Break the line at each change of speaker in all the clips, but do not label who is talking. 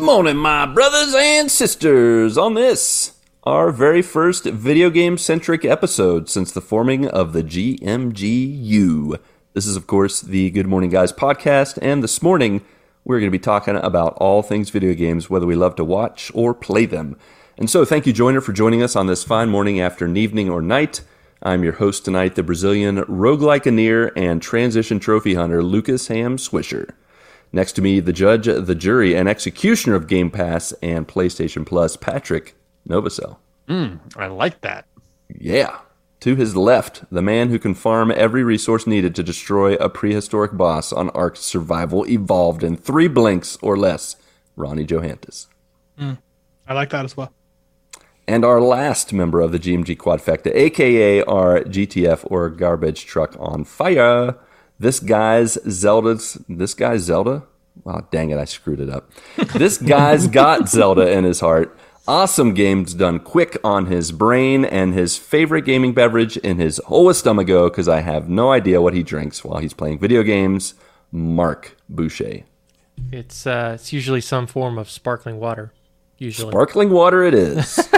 morning, my brothers and sisters, on this, our very first video game centric episode since the forming of the GMGU. This is, of course, the Good Morning Guys podcast, and this morning we're going to be talking about all things video games, whether we love to watch or play them. And so, thank you, Joiner, for joining us on this fine morning, afternoon, evening, or night. I'm your host tonight, the Brazilian roguelike aneer and transition trophy hunter, Lucas Ham Swisher. Next to me, the judge, the jury, and executioner of Game Pass and PlayStation Plus, Patrick Novacell.
I like that.
Yeah. To his left, the man who can farm every resource needed to destroy a prehistoric boss on Ark Survival Evolved in three blinks or less, Ronnie Johantis.
I like that as well.
And our last member of the GMG Quadfecta, aka our GTF or Garbage Truck on Fire. This guy's Zelda's. This guy's Zelda? Wow, dang it, I screwed it up. this guy's got Zelda in his heart. Awesome games done quick on his brain and his favorite gaming beverage in his whole stomacho because I have no idea what he drinks while he's playing video games. Mark Boucher.
It's uh, it's usually some form of sparkling water. Usually,
Sparkling water it is.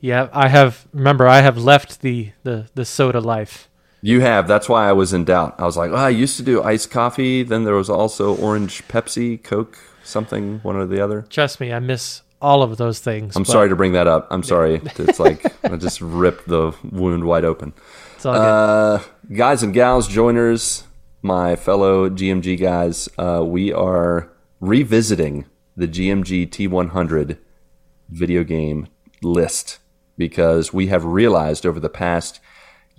yeah. I have remember I have left the the the soda life.
You have. That's why I was in doubt. I was like, oh, I used to do iced coffee. Then there was also orange Pepsi, Coke, something, one or the other.
Trust me, I miss all of those things.
I'm sorry to bring that up. I'm sorry. It's like I just ripped the wound wide open.
It's all good.
Uh, guys and gals, joiners, my fellow GMG guys, uh, we are revisiting the GMG T100 video game list because we have realized over the past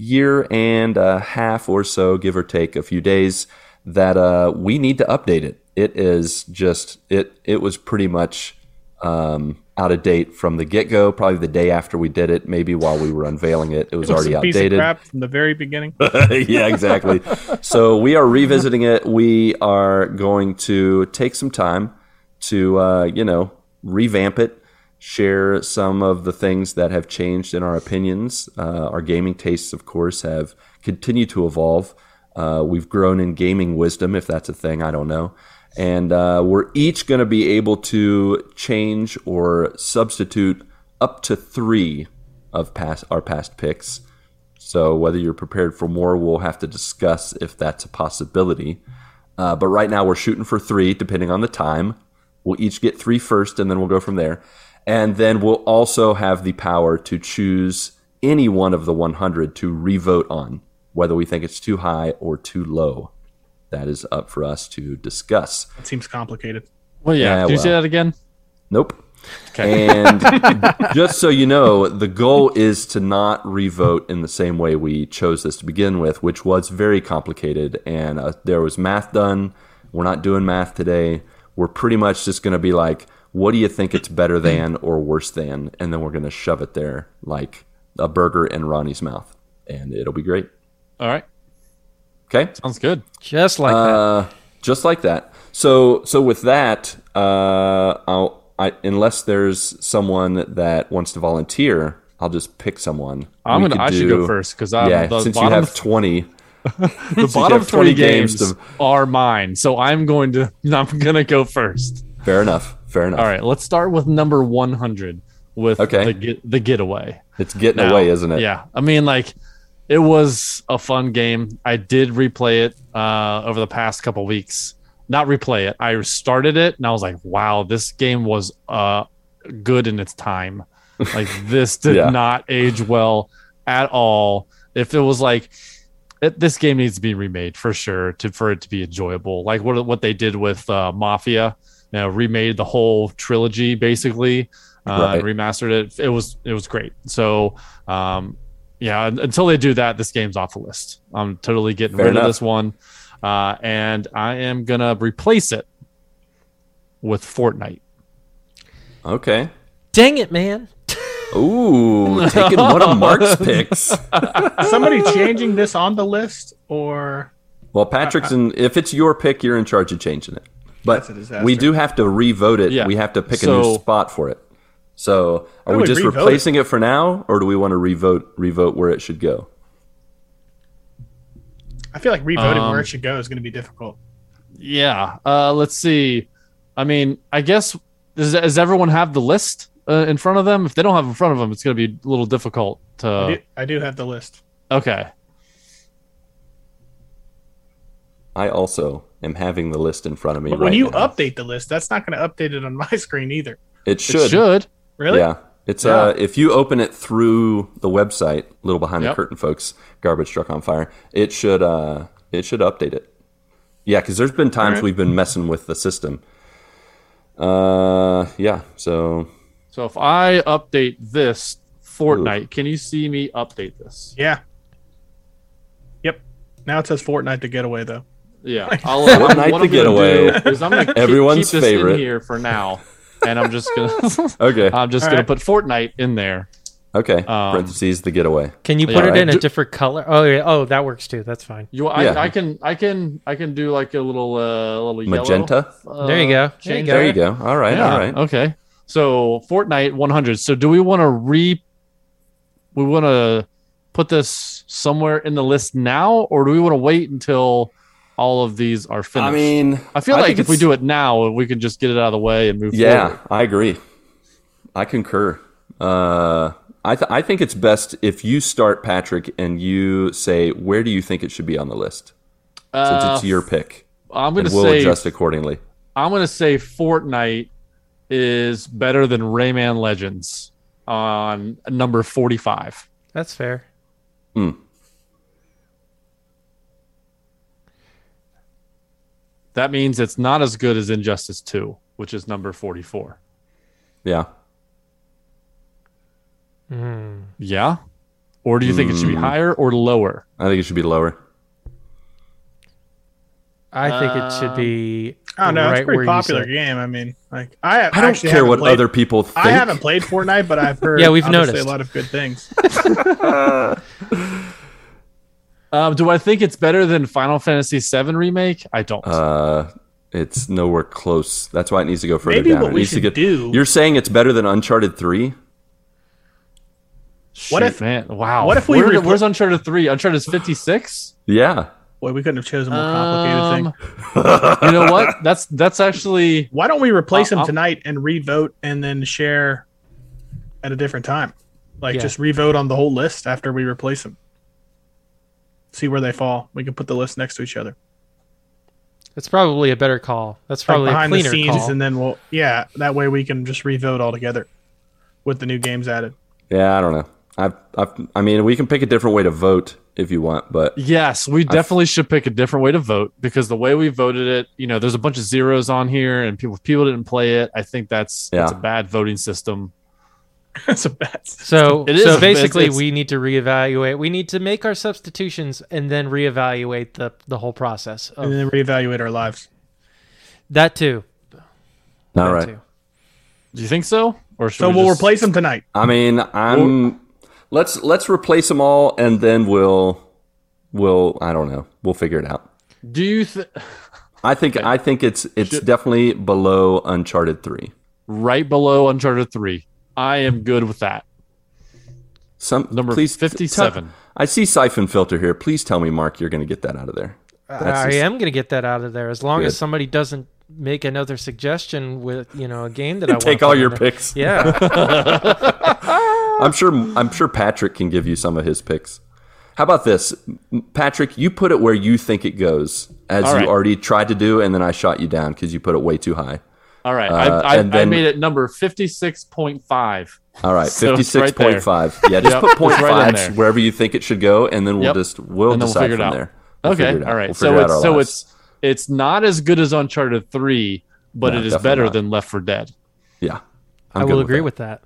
year and a half or so, give or take a few days, that uh, we need to update it. It is just it. It was pretty much um, out of date from the get go. Probably the day after we did it, maybe while we were unveiling it, it was,
It's
already
a piece
outdated.
of crap from the very beginning.
yeah, exactly. so we are revisiting it. We are going to take some time to, uh, you know, revamp it, share some of the things that have changed in our opinions. Uh, our gaming tastes, of course, have continued to evolve. Uh, we've grown in gaming wisdom, if that's a thing, I don't know. And uh, we're each going to be able to change or substitute up to three of past our past picks. So whether you're prepared for more, we'll have to discuss if that's a possibility. Uh, but right now, we're shooting for three, depending on the time. We'll each get three first, and then we'll go from there. And then we'll also have the power to choose any one of the 100 to revote on, whether we think it's too high or too low. That is up for us to discuss.
That seems complicated.
Well, yeah.
Yeah,
Do you say
well.
that again?
Nope. And just so you know, the goal is to not revote in the same way we chose this to begin with, which was very complicated. And uh, there was math done. We're not doing math today. We're pretty much just going to be like, what do you think it's better than or worse than? And then we're going to shove it there like a burger in Ronnie's mouth. And it'll be great.
All right.
Okay.
Sounds good.
Just like that.
Uh, just like that. So so with that, uh, I'll, I, unless there's someone that wants to volunteer, I'll just pick someone.
I'm
We could
gonna. I should
do-
go first because I'm
yeah,
the
since you
bottom.
have twenty.
the bottom
have 20
three
games
games
to-
are mine, so I'm going to. I'm gonna go first.
Fair enough. Fair enough.
All right. Let's start with number 100 with
Okay.
the get, the getaway.
It's getting
now.
away, isn't it?
Yeah. I mean, like, it was a fun game. I did replay it uh, over the past couple weeks. Not replay it. I started it and I was like, wow, this game was uh, good in its time. Like, this did
Yeah.
not age well at all. If it was like, it, this game needs to be remade for sure to for it to be enjoyable. Like what what they did with uh, Mafia, you know, remade the whole trilogy basically, uh,
Right.
remastered it. It was it was great. So um, yeah, un- until they do that, this game's off the list. I'm totally getting
Fair
rid
enough.
of this one, uh, and I am gonna replace it with Fortnite.
Okay.
Dang it, man!
Ooh, taking one of Mark's picks.
Is somebody changing this on the list, or
Well, Patrick's in. If it's your pick, you're in charge of changing it. But
That's a disaster.
we do have to revote it.
Yeah.
We have to pick a
So-
new spot for it. So, are we
would
just
revote it.
replacing it. for now, or do we want to revote revote where it should go?
I feel like revoting
Um,
Um,
where it should go is going to be difficult.
Yeah. Uh, let's see. I mean, I guess does, does everyone have the list uh, in front of them? If they don't have it in front of them, it's going to be a little difficult
uh,
I,
to.
do, I do have the list.
Okay,
I also am having the list in front of me
But
right
when you
now.
update the list, that's not going to update it on my screen either.
it
It should.
Really?
Yeah. It's uh if you open it through the website, little behind
Yep.
the curtain folks, garbage truck on fire, it should uh it should update it. Yeah, cuz there's been times
Alright.
we've been messing with the system. Uh yeah, so
So if I update this Fortnite, can you see me update this?
Yeah. Yep. Now it says Fortnite the getaway though.
Yeah, I'll, I'm- what
Fortnite
I'm
the
gonna
getaway.
do is I'm gonna keep,
Everyone's
keep this in
favorite.
here for now, and I'm just gonna
okay.
I'm just
All
gonna
right.
put Fortnite in there.
Okay.
Uh, um,
Parentheses the getaway.
Can you put
Yeah,
it
right.
in a
Do-
different color? Oh yeah. Oh, that works too. That's fine.
You, I,
Yeah.
I can, I can, I can do like a little, uh, little yellow,
Magenta.
uh,
There you go. There you
change
go.
There you go. All right.
Yeah. Oh,
All right.
Okay. So Fortnite 100. So do we want to re? We want to put this somewhere in the list now, or do we want to wait until all of these are finished?
I mean,
I feel like
think
if we
it's-
do it now, we can just get it out of the way and move.
Yeah,
forward.
I agree. I concur. Uh, I th- I think it's best if you start Patrick and you say where do you think it should be on the list since
Uh,
it's your pick,
I'm
and
gonna
we'll
say
adjust accordingly.
I'm gonna say Fortnite is better than Rayman Legends on number 45.
That's fair.
That means it's not as good as Injustice 2, which is number 44.
Yeah,
Mm.
Yeah. Or do you think it should be
Mm.
higher or lower?
I think it should be lower.
I think it
Uh,
should be.
I don't know.
Right
it's a pretty
where you
popular
said.
game. I mean, like I
I don't
actually
care
haven't
what
played-
other people think.
I haven't played Fortnite, but I've heard
Yeah, we've
obviously
noticed.
a lot of good things.
Um, do I think it's better than Final Fantasy VII Remake? I don't.
Uh, it's nowhere close. That's why it needs to go further
Maybe
down.
what
it
we
needs to
should
get.
do-
You're saying it's better than Uncharted Three?
Shoot,
if-
man, wow.
what if we
Where-
repl-
where's Uncharted 3? Uncharted's 56?
Yeah.
Boy, we couldn't have chosen a more complicated thing.
Um, you know what? That's that's actually
Why don't we replace
I'll-
them
I'll-
tonight and re-vote and then share at a different time? Like
Yeah.
just re-vote on the whole list after we replace them. See where they fall. We can put the list next to each other.
It's probably a better call. That's
Like
probably
behind
a
the
cleaner
scenes
call.
and then we'll yeah, that way we can just re-vote all together with the new games added.
Yeah. I don't know. I I I mean, we can pick a different way to vote if you want, but
yes. We definitely should pick a different way to vote because the way we voted it, you know, there's a bunch of zeros on here, and people if people didn't play it. I think that's that's a
Yeah.
bad voting system.
That's a bad
so,
It is-
so basically,
it's-
we need to reevaluate. We need to make our substitutions and then reevaluate the the whole process. Of
and then reevaluate our lives.
That too.
all
That
right.
too.
Do you think so? Or should
So
we
we'll
just-
replace them tonight.
I mean, I'm. let's let's replace them all, and then we'll we'll I don't know. We'll figure it out.
Do you th-
I think I think it's it's definitely below Uncharted three.
right below Uncharted 3? I am good with that.
Some
Number
please t-
57.
tell- I see siphon filter here. Please tell me, Mark, you're going to get that out of there. That's
I
just-
am gonna get that out of there as long
Good.
as somebody doesn't make another suggestion with you know a game that I wanna
Take
put
all
in
your
there.
picks.
Yeah,
I'm sure. I'm sure Patrick can give you some of his picks. How about this, Patrick? You put it where you think it goes, as
All
you
right.
already tried to do, and then I shot you down because you put it way too high.
All right,
Uh,
I, I,
and
I
then-
made it number fifty-six point five.
All right,
So
fifty
it's right
six point five. Yeah, just
Yep,
put point
it's right in
fives
there.
wherever you think it should go, and then we'll
Yep.
just we'll
And then we'll
decide
figure it
from
out.
there. We'll
Okay,
figure it out.
all right.
We'll
so
figure out
it's
our
so
lives.
it's it's not as good as Uncharted three, but
No,
it is
definitely
better
not.
than Left for Dead.
yeah. I'm
I
good
will agree
that.
with that.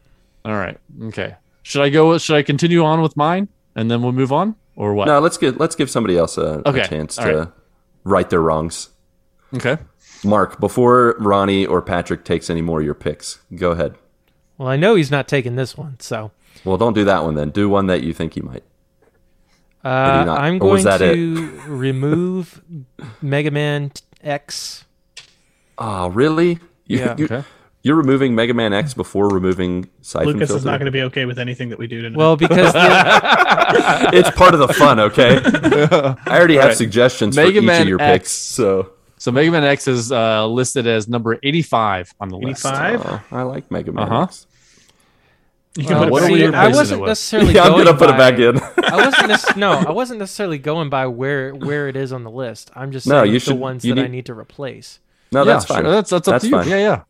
All right, okay. Should I go? Should I continue on with mine, and then we'll move on, or what?
No, let's get let's give somebody else a, a
Okay,
chance
all
to right their wrongs.
Okay.
Mark, before Ronnie or Patrick takes any more of your picks, go ahead.
Well, I know he's not taking this one, so
Well, don't do that one then. Do one that you think you might.
uh,
you not-
I'm
or was
going
that it?
to remove Mega Man X.
Oh, really? You,
Yeah.
You,
Okay.
You're removing Mega Man X before removing Siphon
Lucas is
Filter?
not going to be okay with anything that we do tonight.
Well, because the,
it's part of the fun, okay? I already have suggestions for
Mega
each
Man
of your
X.
picks, so
So Mega Man X is uh, listed as number 85 on the list.
85?
Oh, I like Mega Man.
Uh-huh.
X.
You
Well,
can
what are
put it
we
back in.
I
replacing it
wasn't
with?
necessarily.
yeah, I'm
going
gonna put it
by-
back in.
I wasn't nec- no, I wasn't necessarily going by where where it is on the list. I'm just
No,
saying
you
the
should-
ones
you
that I
need-
need to replace.
no,
Yeah,
that's
sure.
fine.
That's that's up
That's
to you.
fine.
Yeah, yeah.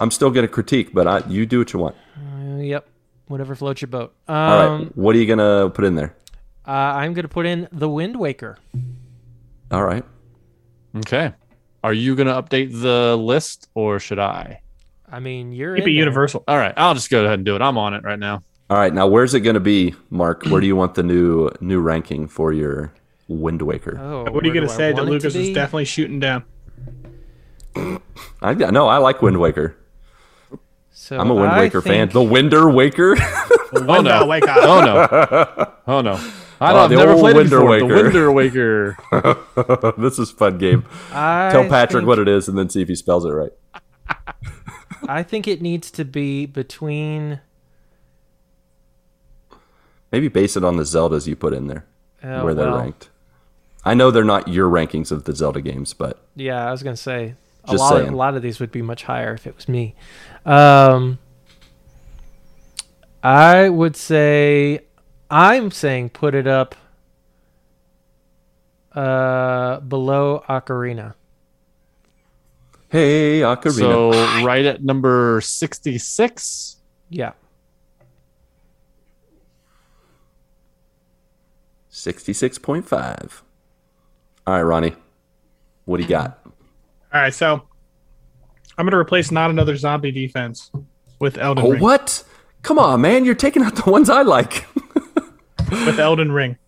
I'm still gonna critique, but I, you do what you want.
Uh, yep, whatever floats your boat. Um,
All right, what are you gonna put in there?
uh, I'm gonna put in the Wind Waker.
All right.
Okay. Are you gonna update the list or should I?
I mean, you're in
Keep it
there.
universal.
All right, I'll just go ahead and do it. I'm on it right now.
All right, now where's it going to be, Mark? Where do you want the new new ranking for your Wind Waker?
Uh,
Oh,
What are you
where
gonna
do I
say that
want it to
Lucas is
be?
definitely shooting down?
I no, I like Wind Waker.
So
I'm a Wind
I
Waker fan.
think-
The Winder Waker.
Oh
Wind
no!
Wake up.
Oh no! Oh no! I
Oh,
don't,
Ah,
I've
the
never
old
played
Wind
it before. The
Waker.
Winder Waker.
this is a fun game.
I
Tell Patrick
think-
what it is and then see if he spells it right.
I think it needs to be uh, between.
Maybe base it on the Zeldas you put in there,
Oh,
Uh,
where they're
well,
ranked. I know they're not your rankings of the Zelda games, but
Yeah, I was gonna say a
Just
lot.
saying.
A lot of these would be much higher if it was me. Um, I would say I'm saying put it up uh, below Ocarina.
hey, Ocarina.
So
uh,
right at number sixty-six.
Yeah,
66.5. All right, Ronnie. What do you got?
All right, so I'm gonna replace not another zombie defense with Elden
Oh,
Ring.
what? Come on, man. You're taking out the ones I like.
With Elden Ring,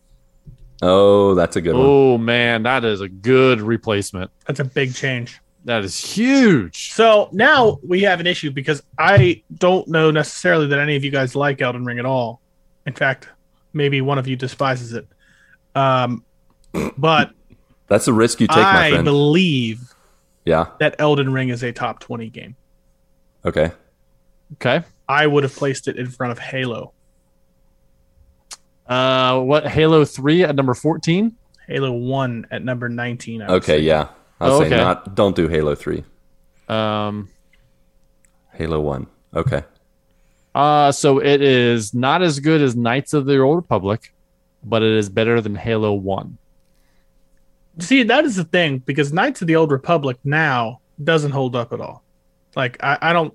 oh, that's a good one.
Oh man, that is a good replacement.
that's a big change.
That is huge.
So now we have an issue because I don't know necessarily that any of you guys like Elden Ring at all. In fact, maybe one of you despises it. Um, but
That's a risk you take, my
I
friend.
believe
yeah.
that Elden Ring is a top 20 game.
Okay.
Okay.
I would have placed it in front of Halo.
Uh, what Halo Three at number fourteen?
Halo 1 at number 19. I would
Okay.
say.
Yeah. I'll
Oh,
say
okay.
not. Don't do Halo Three.
Um,
Halo One. Okay.
Uh, so it is not as good as Knights of the Old Republic, but it is better than Halo 1.
See, that is the thing because Knights of the Old Republic now doesn't hold up at all. Like, I, I don't.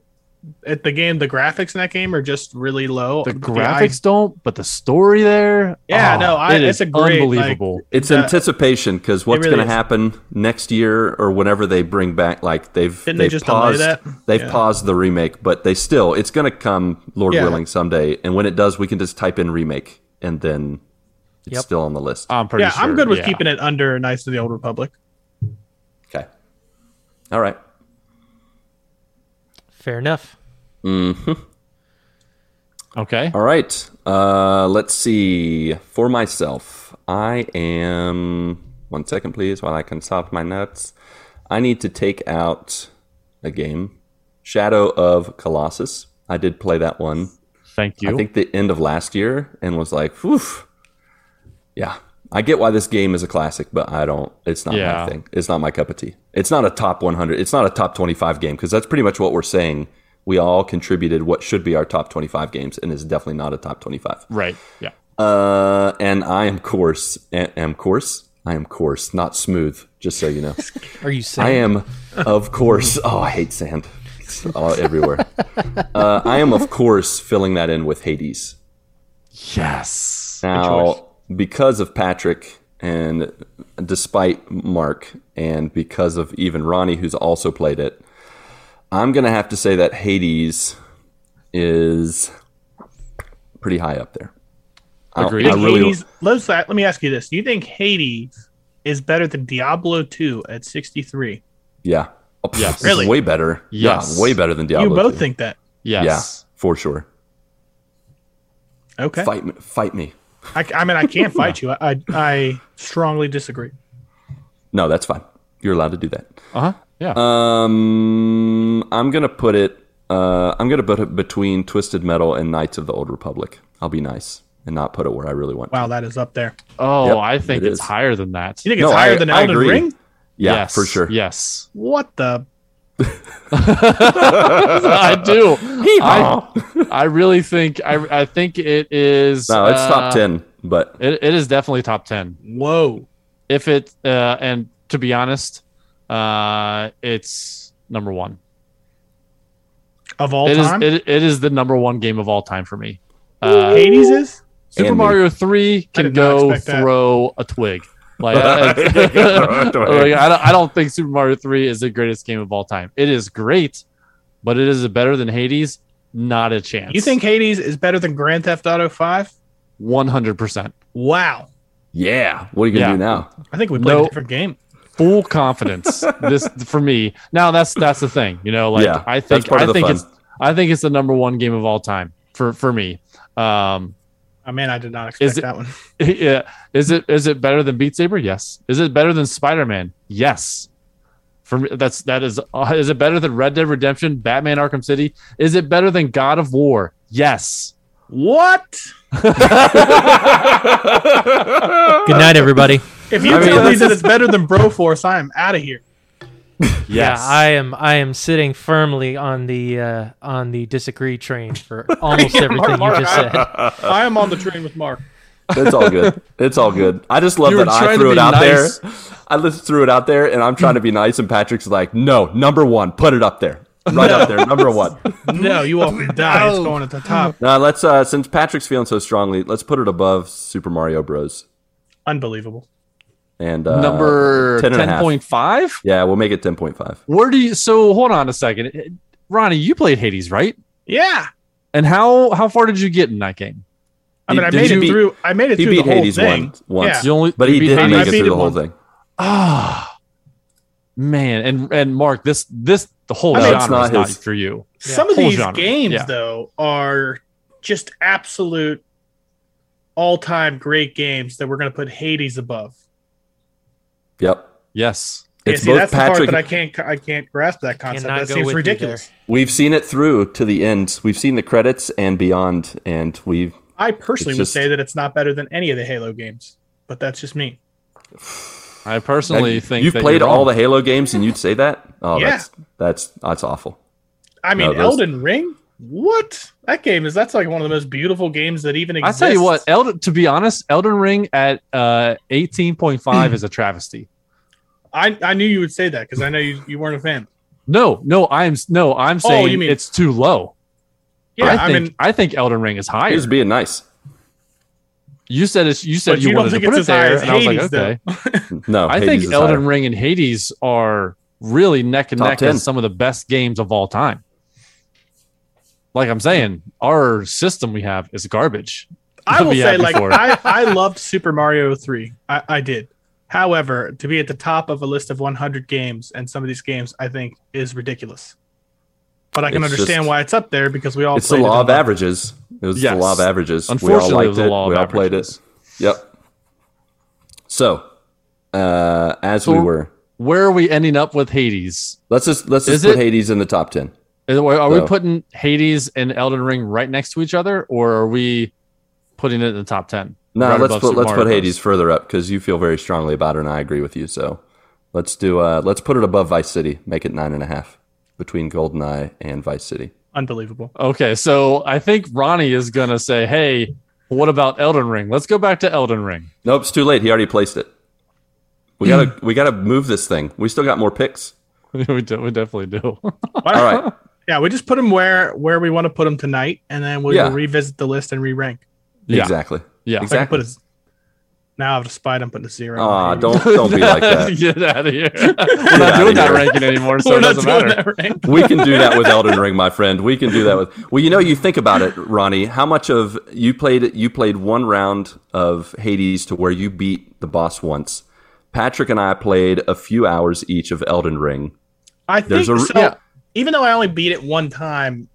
At the game, the graphics in that game are just really low.
The
But
graphics don't, but the story there.
Yeah,
ah,
no, I-
it
it's
is
a great,
unbelievable.
It's
Yeah.
anticipation because what's
really
going
is.
to happen next year or whenever they bring back, like they've
Didn't they
they've
just delay
paused
that?
they've
Yeah.
paused the remake, but they still it's going to come, Lord
Yeah.
willing, someday. And when it does, we can just type in remake and then it's
Yep.
still on the list.
I'm pretty
yeah,
sure.
I'm good with
yeah.
keeping it under Knights of the Old Republic.
Okay. All right.
fair enough.
Okay.
All right. Uh, let's see. For myself, I am. One second, please, while I consult my notes. I need to take out a game Shadow of Colossus. I did play that one,
Thank you.
I think, the end of last year, and was like, whew. Yeah. I get why this game is a classic, but I don't. It's not
Yeah.
my thing. It's not my cup of tea. It's not a top 100. It's not a top 25 game because that's pretty much what we're saying. We all contributed what should be our top 25 games, and it's definitely not a top 25.
right. Yeah.
Uh, and I am coarse. A- am coarse. I am coarse, not smooth. Just so you know,
Are you saying?
I am, of course. Oh, I hate sand. It's all everywhere. Uh, I am, of course, filling that in with Hades.
Yes.
Now, because of Patrick and despite Mark and because of even Ronnie, who's also played it, I'm going to have to say that Hades is pretty high up there. I-
Agreed.
I
Think
really,
Hades, let's, let me ask you this: Do you think Hades is better than Diablo 2 at 63?
yeah. Oh, pff,
Yes.
it's
Really?
Way better.
Yes.
Yeah, way better than Diablo.
you both
2.
think that?
Yes.
Yeah, for sure.
Okay,
Fight me. Fight me.
I, I mean, I can't fight you. I, I I strongly disagree.
No, that's fine. You're allowed to do that.
Uh huh. Yeah.
Um, I'm gonna put it. Uh, I'm gonna put it between Twisted Metal and Knights of the Old Republic. I'll be nice and not put it where I really want.
Wow, that is up there.
oh,
yep,
I think
it is.
it's higher than that.
You think it's higher than Elden Ring?
Yeah,
yes,
for sure.
Yes,
What the?
I do. I,
Yeehaw.
I really think I I think it is.
no, it's
uh,
top ten, but
It, it is definitely top ten.
Whoa.
If it uh, and to be honest, uh, it's number one.
Of all
It is
time?
it, it is the number one game of all time for me. Uh,
Hades is?
Super
Andy.
Mario Three can
did not
go
expect that.
throw a twig. Like, I, I- like, I don't, I don't think Super Mario Three is the greatest game of all time. It is great, but it is better than Hades. Not a chance.
You think Hades is better than Grand Theft Auto 5?
One hundred percent.
Wow.
yeah. What are you gonna
Yeah.
do now?
I think we played
No.
a different game.
Full confidence. this for me. Now that's that's the thing. You know, like
yeah,
I
that's
think
part
I
of the
think
fun.
it's I think it's the number one game of all time for for me. Um,
Oh, man, I did not expect
Is it-
that one.
yeah. Is it is it better than Beat Saber? Yes. Is it better than Spider Man? Yes. For me, that's that is uh, is it better than Red Dead Redemption, Batman Arkham City? Is it better than God of War? Yes.
What?
Good night, everybody.
If you
I mean,
tell me
this
that it's better than Broforce, I am out of here.
Yeah, I am. I am sitting firmly on the uh, on the disagree train for almost everything you just said. Uh.
I am on the train with Mark.
It's all good. It's all good. I just love
You
that
were
I
trying to
threw it
be
out
nice.
there. I just threw it out there, and I'm trying to be nice. And Patrick's like, "No, number one, put it up there, right up there, number one."
No, you all can die. It's going at the top.
Now let's, uh, since Patrick's feeling so strongly, let's put it above Super Mario Bros.
Unbelievable.
and uh,
Number
10 and a
ten
half.
point five.
Yeah, we'll make it ten point five.
Where do you? So hold on a second, Ronnie. You played Hades, right?
Yeah.
And how how far did you get in that game?
I mean, I
Did
made
you
it
beat-
through. I made it
He
through
beat
the whole
Hades
thing.
one, once,
You only,
but
you
he
beat
didn't
Hades?
make it
beat
through
it
the whole
once.
thing.
Ah, man, and and Mark, this this the whole
I
genre
mean,
it's
is
not
not
his-
for you.
Some of
whole
these
genre.
games,
Yeah.
though, are just absolute all-time great games that we're going to put Hades above.
Yep,
Yes,
Yeah,
it's
see,
both
that's the
Patrick.
part that I can't. I can't grasp that concept.
Cannot
That
go
seems
with you
ridiculous.
there.
We've seen it through to the end. We've seen the credits and beyond, and we
I personally
It's
would
just-
say that it's not better than any of the Halo games, but that's just me.
I personally
That-
think
you've
that
played
you're
all
wrong.
the Halo games, and you'd say that. Oh,
Yeah.
that's that's that's awful.
I mean,
No, those-
Elden Ring. What that game is? That's like one of the most beautiful games that even
I
exists.
tell you what, Elden, to be honest, Elden Ring at uh, 18.5 is a travesty.
I, I knew you would say that because I know you, you weren't a fan.
No, no, I'm no, I'm saying
Oh, you mean-
it's too low.
Yeah,
I,
I,
think,
mean,
I think Elden Ring is
He
higher.
was being nice.
You said it's, you said
But
you,
you don't
wanted to
think
put
it's
it
as high
there,
as
and I was like,
Hades, though.
okay.
No,
I
Hades
think
is
Elden
higher.
Ring and Hades are really neck and
Top
neck
10.
as some of the best games of all time. Like I'm saying, our system we have is garbage.
I will
be
say
happy
like
for it.
I, I loved Super Mario Three. I, I did. However, to be at the top of a list of 100 games and some of these games, I think is ridiculous. But I can
It's
understand
just-
why it's up there because we all
It's the
played it
law
and
of
loved it.
averages. It was
Yes.
the law of averages. we all
Unfortunately,
liked
it was the
it.
law
we
of
all played
averages.
it. Yep. So, uh, as we
So-
were,
Where are we ending up with Hades?
let's just let's just
Is
put
it-
Hades in the top ten.
Is- Are we
So-
putting Hades and Elden Ring right next to each other, or are we putting it in the top ten?
No,
Right
let's
above
put
Super
let's
Mario
put
Bros.
Hades further up because you feel very strongly about it, and I agree with you. So, let's do uh, let's put it above Vice City. Make it nine and a half between Goldeneye and Vice City.
Unbelievable.
Okay, so I think Ronnie is gonna say, "Hey, what about Elden Ring? Let's go back to Elden Ring."
Nope, it's too late. He already placed it. We gotta we gotta move this thing. We still got more picks.
we, do, we definitely do.
Why
All
don't-
right.
Yeah, we just put them where where we want to put them tonight, and then we'll
Yeah.
revisit the list and re-rank.
yeah,
Exactly.
yeah.
So I can
Exactly.
put a, now I've spied. I'm putting a zero.
Aw, don't don't be like that.
Get out of here. We're
outta
not doing that
here.
ranking anymore, so
We're
it
not
doesn't
doing
matter.
that rank.
We can do that with Elden Ring, my friend. We can do that with. Well, you know, you think about it, Ronnie. How much of you played? You played one round of Hades to where you beat the boss once. Patrick and I played a few hours each of Elden Ring.
I
There's
think
a-
so.
yeah.
Even though I only beat it one time,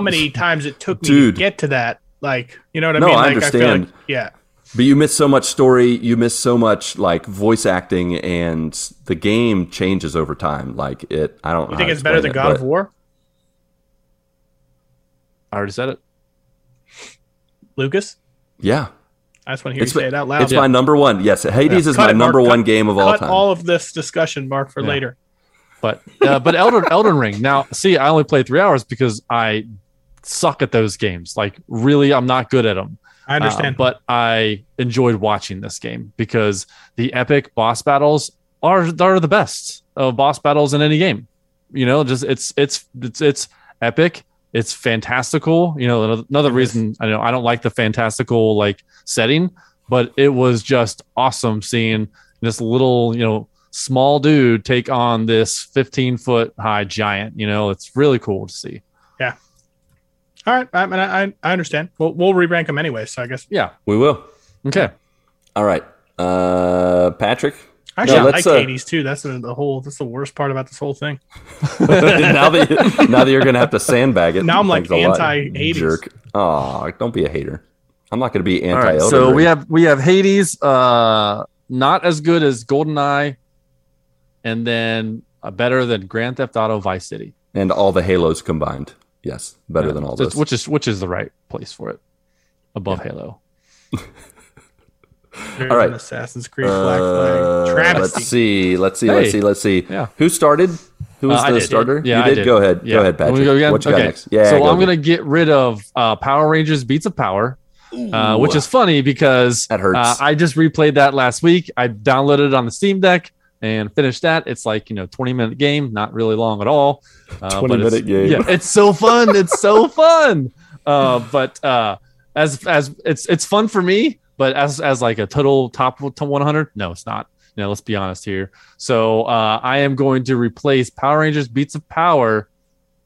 many times it took me
Dude.
to get to that? Like, you know what I
No,
mean?
I
Like, feel
understand.
like- yeah,
But you miss so much story, you miss so much like voice acting, and the game changes over time. Like it, I don't. know
you
how
think
to
it's better than
explain it,
God of
but-
War,
I already said it.
Lucas?
Yeah,
I just want to hear
It's
you
my-
say it out loud.
It's my number one. Yes, Hades is
Cut
my
it, Mark,
number
cut-
one game of all
Cut
time.
all of this discussion, Mark, for
Yeah.
later.
But uh, but Elden Elden Ring. Now, see, I only played three hours because I suck at those games. Like, really, I'm not good at them.
I understand.
Uh, but I enjoyed watching this game because the epic boss battles are are the best of boss battles in any game. You know, just it's it's it's it's epic. It's fantastical. You know, another- another reason I know I don't like the fantastical like setting, but it was just awesome seeing this little you know small dude take on this 15 foot high giant. You know, it's really cool to see.
All right, I, mean, I, I I understand. We'll we'll re rank them anyway. So I guess
Yeah.
we will.
Okay.
All right, uh, Patrick.
actually I
let's,
like
uh,
Hades too. That's the, the whole. That's the worst part about this whole thing.
now that you, now that you're gonna have to sandbag it.
Now I'm, like,
Thanks a lot,
anti-Hades.
jerk. Oh, don't be a hater. I'm not gonna be anti.
All right, so we have we have Hades, uh, not as good as GoldenEye, and then uh, better than Grand Theft Auto Vice City,
and all the Halos combined. Yes, better
Yeah.
than all
So
those.
it's- which is which is the right place for it, above Halo.
There's
All right.
an Assassin's Creed flag flag
Uh, Let's
travesty.
see. Let's see. Let's
Hey.
see. Let's see.
Yeah.
Who started? Who was
Uh, I
the
did.
starter?
Yeah,
you
I
did.
did.
Go ahead.
Yeah.
Go ahead,
Want
Patrick.
me to go again?
What you got
Okay.
next? Yeah.
so
go
I'm
again.
gonna get rid of uh, Power Rangers Beats of Power, uh, which is funny because
That hurts.
Uh, I just replayed that last week. I downloaded it on the Steam Deck and finished that. It's like you know, twenty minute game, not really long at all. Uh,
20
but it's-
minute game.
Yeah, it's so fun. it's so fun. Uh, but uh, as as it's it's fun for me, but as as like a total top one hundred, no, it's not. You know, let's be honest here. So uh, I am going to replace Power Rangers Beats of Power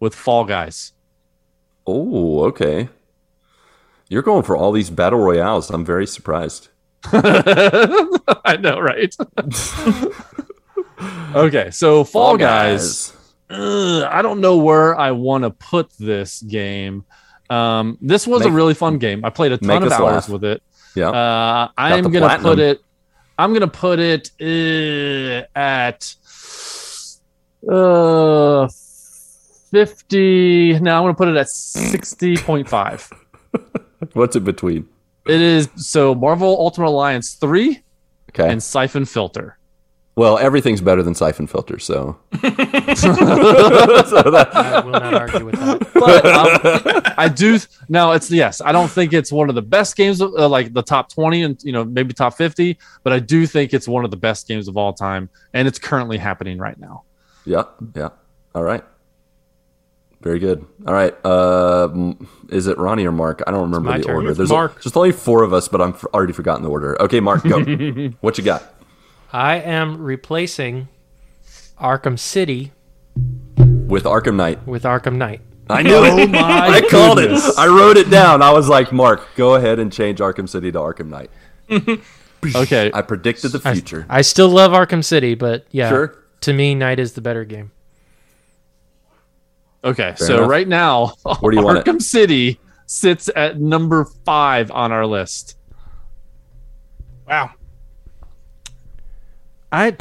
with Fall Guys.
Oh, okay. You're going for all these battle royales. I'm very surprised.
I know, right? okay, so Fall, Guys. Ugh, I don't know where I want to put this game. Um, this was a
Make-
really fun game. I played a
make
ton of
us
hours
laugh.
with it.
Yeah.
Uh, I
the
am gonna
platinum.
put it. I'm gonna put it uh, at uh, fifty. No, I'm gonna put it at sixty point five.
What's it between?
It is so Marvel Ultimate Alliance three
Okay.
and Siphon Filter.
well, everything's better than siphon filter, so.
I will not argue with that.
But um, I do now. It's yes. I don't think it's one of the best games, of, uh, like the top twenty and you know maybe top fifty. But I do think it's one of the best games of all time, and it's currently happening right now.
yeah, yeah. All right. Very good. All right. Uh, m- is it Ronnie or Mark? I don't remember
my
the
turn.
order.
It's
There's
Mark.
just only four of us, but I'm f- already forgotten the order. Okay, Mark, go. what you got?
I am replacing Arkham City
With Arkham Knight.
with Arkham Knight.
I knew
Oh
it. I called it. I wrote it down. I was like, Mark, go ahead and change Arkham City to Arkham Knight.
Okay,
I predicted the future.
I still love Arkham City, but yeah,
Sure.
to me, Knight is the better game.
okay. so
enough.
right now,
Where do you want it?
Arkham City sits at number five on our list.
Wow.
I,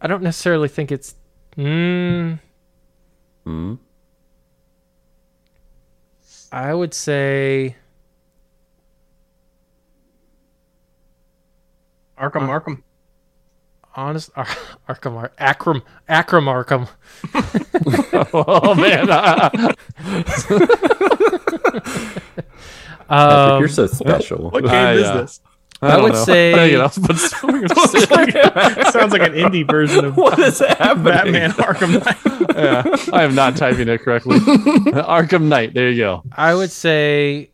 I don't necessarily think it's. Mm,
Hmm?
I would say
Arkham, Arkham.
honest Ar- Arkham Ar- Akram Akram Arkham.
oh man, I,
Patrick,
Um,
you're so special.
What game
Ah,
I,
is
uh,
this?
I don't
would
know.
say-
You know, but-
Sounds like an indie version of
what is happening?
Batman Arkham Knight.
yeah, I am not typing it correctly. Arkham Knight. There you go.
I would say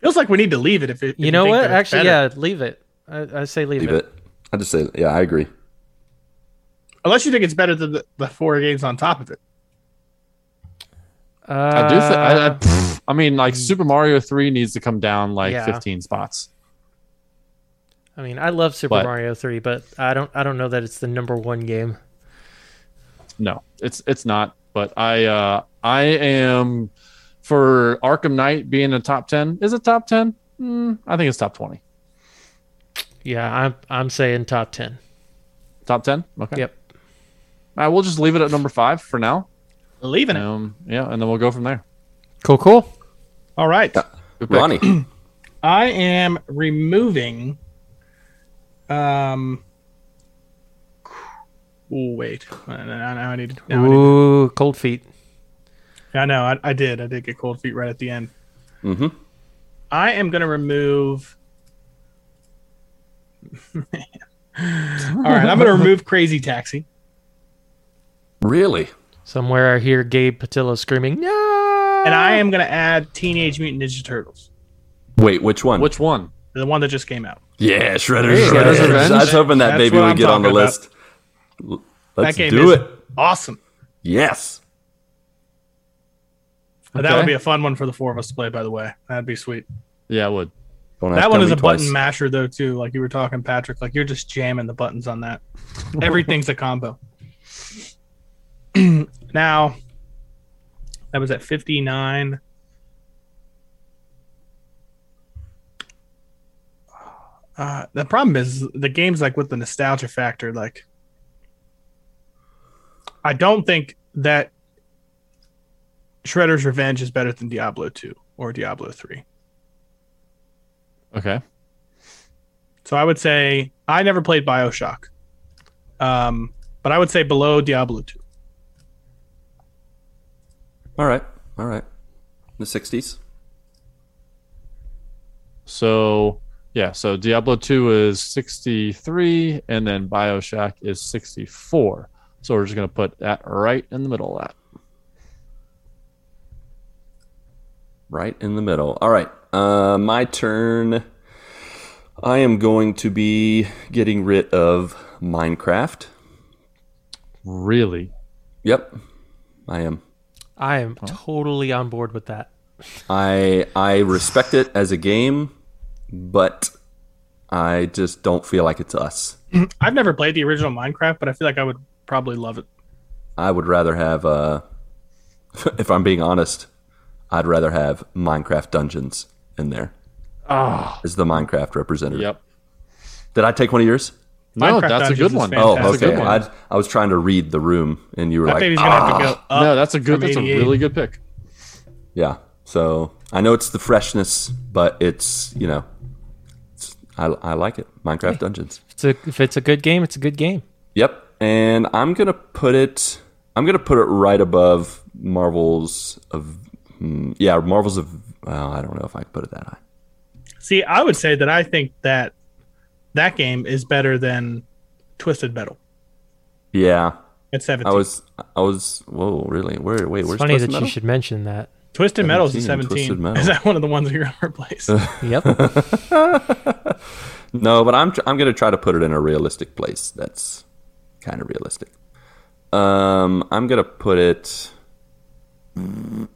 Feels like we need to leave it if it. if
you know
think
what?
that it's
Actually,
better.
yeah, leave it. I, I say leave,
Leave
it.
it. I just say, yeah, I agree.
Unless you think it's better than the, the four games on top of it.
Uh, hmm.
I do. Th- I, I, pff, I mean, like Super Mario Three needs to come down like
Yeah.
15 spots.
I mean, I love Super
But-
Mario Three, but I don't. I don't know that it's the number one game.
No, it's it's not. But I uh I am for Arkham Knight being a top 10. Is it top 10? Mm, I think it's top 20.
Yeah, I'm. I'm saying top ten.
Top 10. Okay.
Yep.
I will just leave it at number five for now.
Leaving it.
Um. Yeah, and then we'll go from there.
Cool. Cool.
All right.
Good pick.
Ronnie.
I am removing. Um. Oh wait, I, I, I need. to- Now I, need
Ooh, cold feet.
to- I know. I, I did. I did get cold feet right at the end.
Mm-hmm.
I am gonna remove. All right, I'm gonna remove Crazy Taxi.
Really?
Somewhere I hear Gabe Patillo screaming, "No!"
and I am going to add Teenage Mutant Ninja Turtles,
Wait, which one?
Which one?
the one that just came out.
Yeah, Shredder's,
Hey,
Shredder's
Shredder's
Revenge. I was
Revenge.
hoping that
That's
baby
what
would
I'm
get on the
talking about.
list. L- Let's
that game
do
is
it.
awesome.
Yes.
But That would
Okay.
be a fun one for the four of us to play. By the way, that'd be sweet.
Yeah, I would.
Don't have to
that one
tell
is
me
a
twice.
button masher though too. Like you were talking, Patrick. Like you're just jamming the buttons on that. Everything's a combo. now, that was at 59. Uh, the problem is the game's like with the nostalgia factor. Like, I don't think that Shredder's Revenge is better than Diablo 2 or Diablo 3.
Okay.
So I would say I never played Bioshock, um, but I would say below Diablo 2.
All right. All right. The 60s.
So yeah, so Diablo 2 is 63 and then BioShock is 64. So we're just going to put that right in the middle of that.
Right in the middle. All right. Uh, my turn. I am going to be getting rid of Minecraft.
Really?
Yep. I am.
I am totally on board with that.
I I respect it as a game, but I just don't feel like it's us.
I've never played the original Minecraft, but I feel like I would probably love it.
I would rather have uh if I'm being honest, I'd rather have Minecraft Dungeons in there
Ah.
Oh,
as the Minecraft representative.
yep.
Did I take one of yours?
No,
Minecraft
that's a
Dungeons
good
is
one.
Oh,
That's a
okay.
good one.
I I was trying to read the room and you were
That
like "Ah."
baby's gonna have to go up.
no, that's a good
from
that's a
88.
really good pick.
Yeah. So I know it's the freshness, but it's you know it's, I I like it. Minecraft Dungeons.
If it's, a, if it's a good game, it's a good game.
Yep. And I'm gonna put it. I'm gonna put it right above Marvel's of. hmm, Yeah, Marvel's of. Well, I don't know if I could put it that high.
See, I would say that I think that that game is better than Twisted Metal
Yeah,
at 17.
I was. I was. Whoa, really? Where? Wait,
It's
where's
funny that
Twisted
you
Metal?
should mention that.
Twisted Metal's at
17,
17.
Twisted Metal.
Is that one of the ones you're gonna replace?
Yep.
No, but I'm. Tr- I'm gonna try to put it in a realistic place. That's kind of realistic. Um, I'm gonna put it. I'm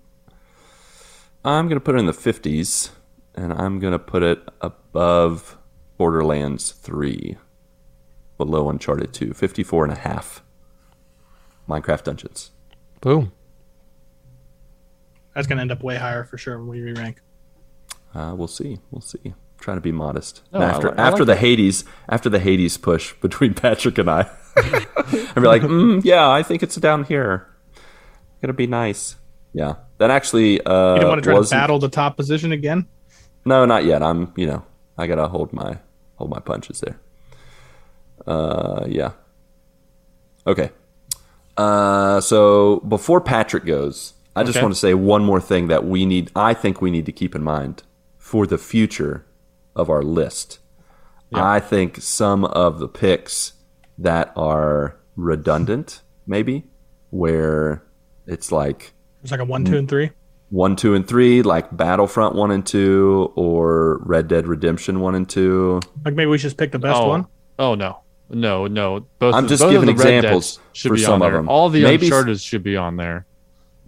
gonna put it in the 50s, and I'm gonna put it above Borderlands 3, below Uncharted 2, 54 and a half. Minecraft Dungeons.
Boom.
that's gonna end up way higher for sure when we re-rank.
Uh, we'll see. We'll see. Trying to be modest.
No, I
after
like- I
after
like
the Hades, after the Hades push between Patrick and I, I'd be like, mm, yeah, I think it's down here. Gonna be nice. Yeah, that actually. Uh,
You don't want to try to
wasn't-
battle the top position again?
No, not yet. I'm. You know, I gotta hold my hold my punches there. Uh, yeah. Okay. Uh, so before Patrick goes, I just
Okay.
want to say one more thing that we need. I think we need to keep in mind for the future of our list. I think some of the picks that are redundant, maybe, where it's like
It's like a one, two, and three.
one, two, and three, like Battlefront one and two, or Red Dead Redemption one and two.
Like maybe we should just pick the best
oh.
one.
Oh no. No, no. Both
I'm
of-
just
both of
giving
the Red
examples
Deads should
for
be
some
on
of
there.
them.
All the
Maybe-
Uncharted should be on there.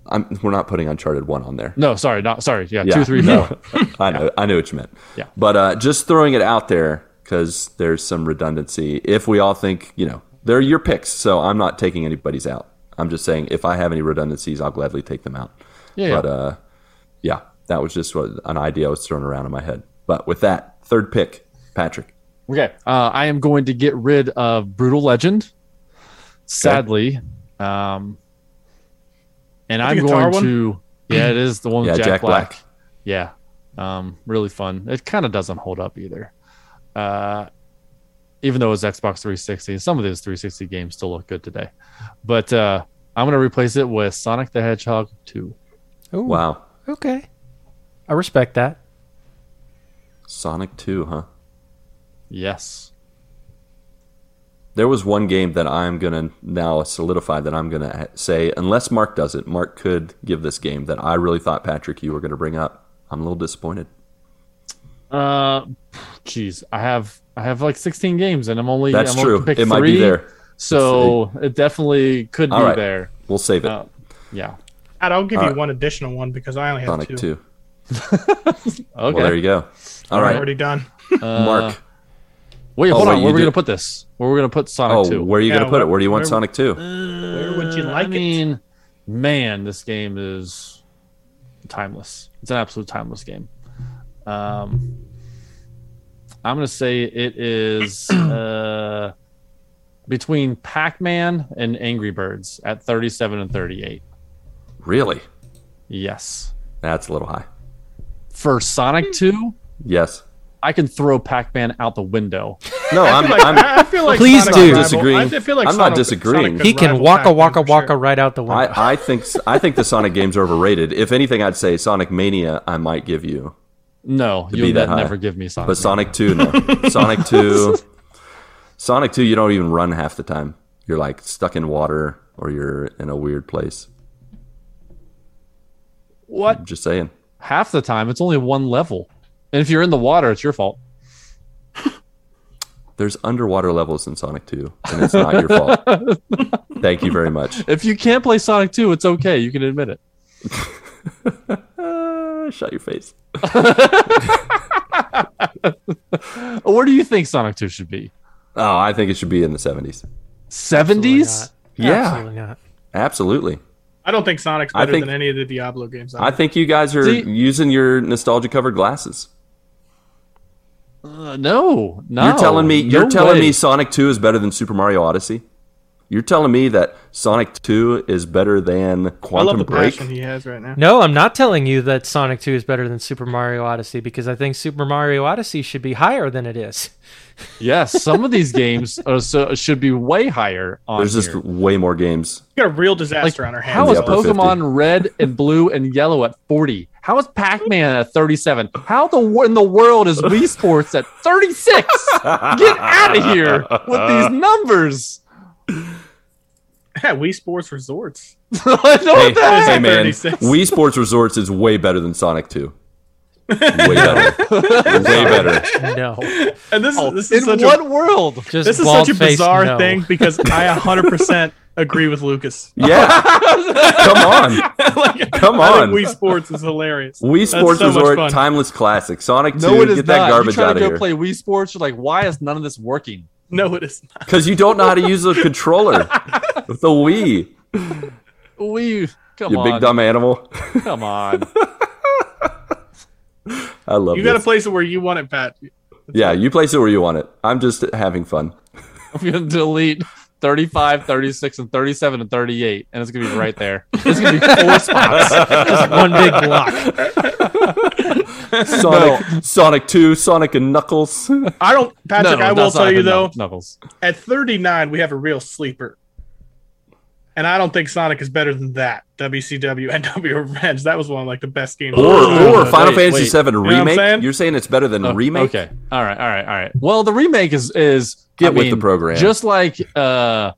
I'm, we're not putting Uncharted one on there.
No, sorry, not sorry. Yeah,
Yeah,
two, three,
no.
four.
I know, I knew what you meant.
Yeah.
But uh, just throwing it out there because there's some redundancy. If we all think, you know, they're your picks, so I'm not taking anybody's out. I'm just saying if I have any redundancies, I'll gladly take them out.
Yeah,
But uh, yeah, that was just what, an idea was thrown around in my head. But with that, third pick, Patrick.
Okay. Uh, I am going to get rid of Brutal Legend. Sadly. Um, and
That's a
I'm
guitar
going
one?
to. Yeah, it is the one with
Yeah,
Jack,
Jack
Black.
Black.
Yeah. Um, really fun. It kind of doesn't hold up either. Uh, even though it's Xbox 360, some of those 360 games still look good today. But uh, I'm gonna replace it with Sonic the Hedgehog 2.
Ooh,
Wow.
Okay. I respect that.
Sonic 2, huh?
Yes.
There was one game that I'm going to now solidify that I'm going to ha- say, unless Mark does it, Mark could give this game that I really thought, Patrick, you were going to bring up. I'm a little disappointed.
Uh, geez, I have I have like 16 games, and I'm only
That's
I'm only
true.
gonna
It
pick
might be
three,
there.
So it definitely could
All
be
right.
there.
We'll save it.
Uh, yeah.
And I'll give
All
you
right.
one additional one because I only have
Uh, Sonic 2.
two.
Okay.
Well, there you go. All
I'm
right,
already done.
Uh,
Mark.
Wait,
Oh,
hold
wait,
on.
you
Where are we
did-
gonna put this? Where are we gonna put Sonic
Oh,
Two?
where are you
Yeah,
going to put it? Where do you want
where-
Sonic 2?
Where
would you like
I
it?
mean, man, this game is timeless. It's an absolute timeless game. Um, I'm gonna say it is uh, between Pac-Man and Angry Birds at 37 and 38.
Really?
Yes,
That's a little high.
for
Hmm.
Sonic Two,
Yes.
I can throw Pac-Man out the window.
No,
I
I'm,
feel like,
I'm,
I- I feel like
Please
Sonic
do.
could rival-
Disagreeing.
I feel like
I'm not
Sonic-
disagreeing.
Sonic could
He can
rival
waka
Pac-Man
waka
for sure.
waka right out the window.
I, I think I think the Sonic games are overrated. If anything, I'd say Sonic Mania. I might give you,
No, you'll
be that
ne-
high.
never give me Sonic.
but Sonic Two, no. Sonic Two, Sonic Two. You don't even run half the time. You're like stuck in water or you're in a weird place.
what?
I'm just saying.
Half the time, it's only one level, and if you're in the water, it's your fault.
There's underwater levels in Sonic Two, and it's not your fault. Thank you very much.
If you can't play Sonic 2, it's okay. You can admit it.
Uh, shut your face.
Where do you think Sonic 2 should be?
Oh, I think it should be in the 70s.
70s?
Yeah,
Absolutely not.
absolutely.
I don't think Sonic's
I
better
think-
than any of the Diablo games.
I think you guys are
See-
using your nostalgia covered glasses.
Uh, no, no.
You're telling me
No
you're telling
way.
me Sonic 2 is better than Super Mario Odyssey? You're telling me that Sonic 2 is better than
I love
Quantum
the
Break?
passion he has right now.
No, I'm not telling you that Sonic 2 is better than Super Mario Odyssey because I think Super Mario Odyssey should be higher than it is.
Yes, some of these games are so, should be way higher on
There's just
here.
way more games.
We got a real
Like,
disaster on our hands.
how is
Yeah, upper 50.
Pokemon red and blue and yellow at 40? How is Pac-Man at 37? How the wor- in the world is Wii Sports at 36? Get out of here with these numbers.
Yeah, Wii Sports Resorts.
I know
Hey,
what the heck.
hey man,
36.
Wii Sports Resorts is way better than Sonic 2. Way better. way better.
No.
And this
Oh,
is this is
In
such
what
a
world?
Just
this is such a
bald-faced
bizarre
no.
thing because I 100% agree with Lucas.
Yeah. Come on.
like,
Come
I
on.
think Wii Sports is hilarious.
Wii
That's
Sports
so much
Resort
fun.
timeless classic. Sonic 2,
No, it is
get
not.
that
you
garbage
try
out of
to go
here.
play Wii Sports. You're like, why is none of this working?
No, it is not.
Because you don't know how to use a controller. With the Wii.
Wii, come
You
on,
big dumb animal.
come on.
I love
You got to
this.
place it where you want it, Pat.
Yeah, you place it where you want it. I'm just having fun.
I'm gonna delete 35, 36, and 37 and 38, and it's gonna be right there. It's gonna be four spots.
Just one big block.
Sonic, Sonic 2, Sonic and Knuckles.
I don't, Patrick.
No,
I will
that's not
tell you
even
though,
Knuck- Knuckles.
at 39, we have a real sleeper, and I don't think Sonic is better than that. WCW and W Revenge. That was one of like the best games.
Or,
Oh,
or
wait,
Final Fantasy
wait.
VII
what I'm
Remake.
saying?
You're saying it's better than
Oh,
Remake?
Okay. All right. All right. All right. Well, the remake is is
Get
I
with the
mean,
program.
Just like uh,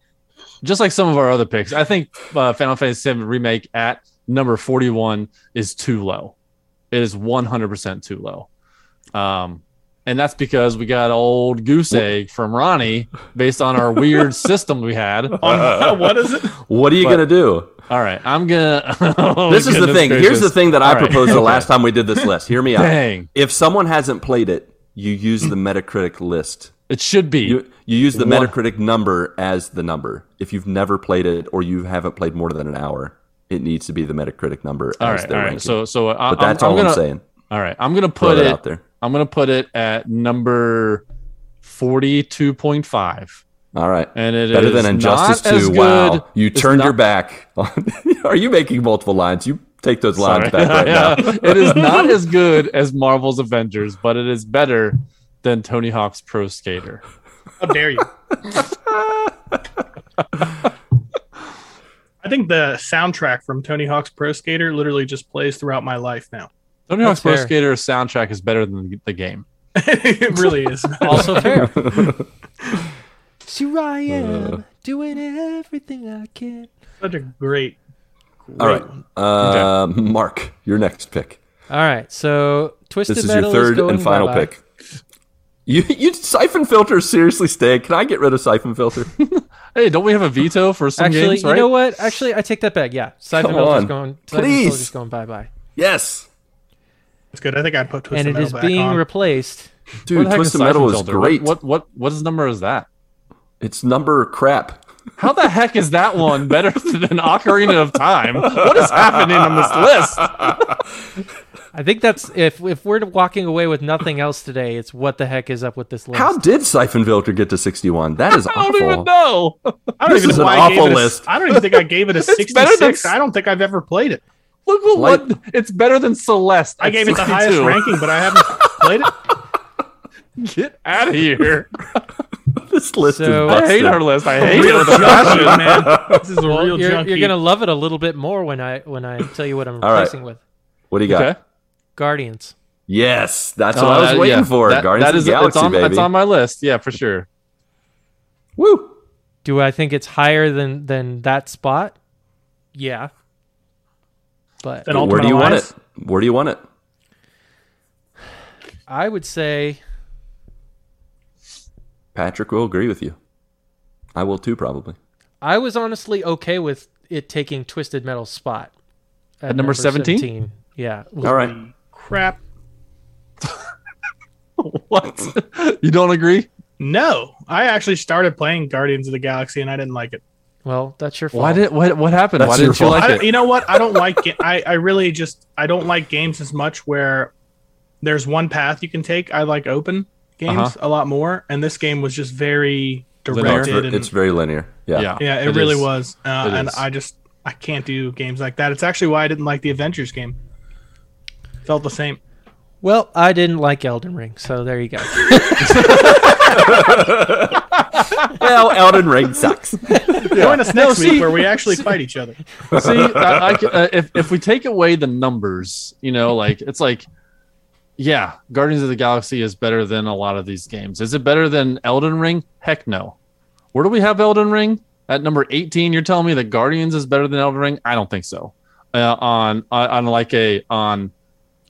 just like some of our other picks, I think uh, Final Fantasy VII remake at number 41 is too low. It is 100 percent too low. Um, and that's because we got old goose egg from Ronnie based on our weird system we had.
on
uh,
what is it?
What are you
But-
going to do?
All right, I'm gonna. oh
This is the
Goodness
thing. Here's
gracious.
the thing that I
All right.
proposed the last time we did this list. Hear me out.
Dang,
If someone hasn't played it, you use the Metacritic list.
it should be.
You, you use the
One-
Metacritic number as the number. If you've never played it or you haven't played more than an hour, it needs to be the Metacritic number
all
as
right, all
their
right.
ranking.
So, so I,
but that's
I'm,
all
I'm gonna.
I'm saying.
All right, I'm gonna
Put
put
that
it.
out there.
I'm gonna put it at number forty-two point five,
All right.
and it is
Better than Injustice
not as
2.
good.
Wow. You
It's
turned your
not-
back on. Are you making multiple lines? You Take those
Sorry.
lines back right now.
it is not as good as Marvel's Avengers, but it is better than Tony Hawk's Pro Skater.
How dare you? I think the soundtrack from Tony Hawk's Pro Skater literally just plays throughout my life now.
Tony Hawk's
That's
Pro
fair.
Skater soundtrack is better than the- the game.
it really is.
Also fair.
That's
Here I am,
Uh.
doing everything I can.
Such a great.
All right. Uh, Mark, your next pick.
All right, so Twisted
This is your
Metal
third
going
and final
bye-bye.
pick. You, you siphon filter seriously stay. Can I get rid of siphon filter?
Hey, don't we have a veto for some
Actually,
games, right?
you know what? Actually, I take that back. Yeah, Siphon
Come
Filter's
on.
going.
Please.
Siphon Filter's going bye bye,
yes,
It's good. I think I'd put Twisted
and it
Metal
is
back
being
on.
replaced.
What
dude.
the heck
Twisted
is
Metal is
Siphon Filter?
great.
What, what what what number is that?
It's number crap.
How the heck is that one better than Ocarina of Time? What is happening on this list?
I think that's if if we're walking away with nothing else today, it's what the heck is up with this list?
How did siphon filter get to sixty-one? That is
I don't even
awful.
know.
I don't
This
even
is
know
an
why I gave
awful
it a-
list.
I don't even think I gave it a
It's better than
66. I don't think I've ever played it.
Look what,
Like-
what it's better than Celeste.
I
at
gave it the highest
62.
ranking, but I haven't played it.
Get out of here.
This list
So-
is
I hate
busted.
our list. I hate it.
Real junkie, man. This is a
Well,
real
you're,
junkie.
you're gonna love it a little bit more when I when I tell you what I'm
All right.
replacing with
What do you got?
Guardians.
Yes, that's
Oh,
what I was
that-
waiting
yeah.
for.
That-
Guardians
that
of
is
the Galaxy,
it's on,
baby.
It's on my list. Yeah, for sure.
Woo!
Do I think it's higher than than that spot? Yeah, but
Then An I'll-
Where do you
Ultimate
want it?
Alliance?
Where do you want it?
I would say
Patrick will agree with you. I will too, probably.
I was honestly okay with it taking Twisted Metal's spot at,
number 17?
Yeah,
All right.
Crap.
What? you don't agree?
No, I actually started playing Guardians of the Galaxy and I didn't like it.
well that's your fault.
Why did what what happened?
That's
Why
your
didn't you
fault.
like
I,
it?
you know what? I don't like it. I, I really just I don't like games as much where there's one path you can take. I like open games
Uh-huh.
a lot more, and this game was just very
No, it's,
linear?
directed.
ver-
and,
it's very linear. Yeah.
yeah, it, really
is.
was. Uh,
It
and
is.
I just I can't do games like that. It's actually why I didn't like the Avengers game. Felt the same.
Well, I didn't like Elden Ring, so there you go.
well, Elden Ring sucks.
Join us next
see-
week where we actually fight each other.
See, I, I, ca- uh, if if we take away the numbers, you know, like it's like, yeah, Guardians of the Galaxy is better than a lot of these games. Is it better than Elden Ring? Heck no. Where do we have Elden Ring at number eighteen? You're telling me that Guardians is better than Elden Ring? I don't think so. Uh, on on on like a on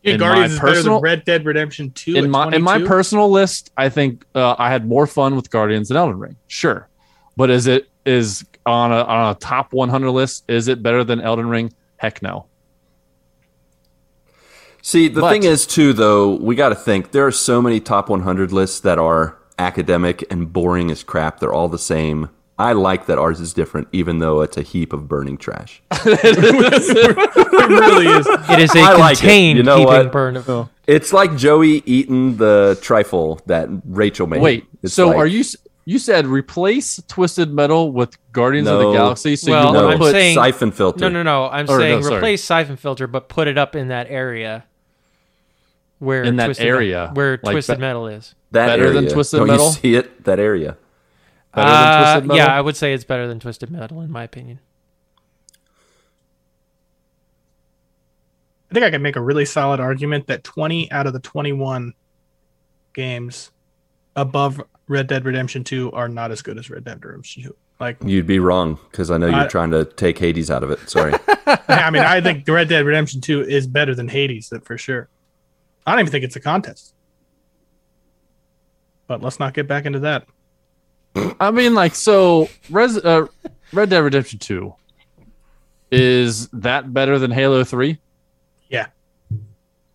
Yeah,
In
Guardians
my
is better
personal-
than Red Dead Redemption Two.
in
at
my in my
22.
personal list, I think uh, I had more fun with Guardians than Elden Ring. Sure, but is it is on a on a top 100 list? Is it better than Elden Ring? Heck no.
See, the
But-
thing is, too, though, we got to think there are so many top 100 lists that are academic and boring as crap. They're all the same. I like that ours is different, even though it's a heap of burning trash.
it really is.
It is a
I like it.
contained
You know
keeping
what? Oh.
burn of.
It's like Joey eating the trifle that Rachel made.
Wait,
It's
so
like-
are you s- you said replace Twisted Metal with Guardians of the
No.
Galaxy? So
Well,
you
No,
would
I'm
put
saying-
siphon filter.
No, no, no. I'm
Or, no,
saying
sorry.
replace siphon filter, but put it up in that area where
In that
twisted
area,
Metal, where
like
twisted
that-
metal is.
That
Better than
area.
Twisted
Don't
Metal?
You see it? That area.
better
Uh,
than Twisted Metal.
Yeah, I would say it's better than twisted metal in my opinion.
I think I can make a really solid argument that 20 out of the 21 games above Red Dead Redemption 2 are not as good as Red Dead Redemption 2. Like,
You'd be wrong because I know you're
I-
trying to take Hades out of it. Sorry.
I mean, I think Red Dead Redemption 2 is better than Hades, that for sure. I don't even think it's a contest. But let's not get back into that.
I mean, like, so Res, uh, Red Dead Redemption Two is that better than Halo Three?
Yeah.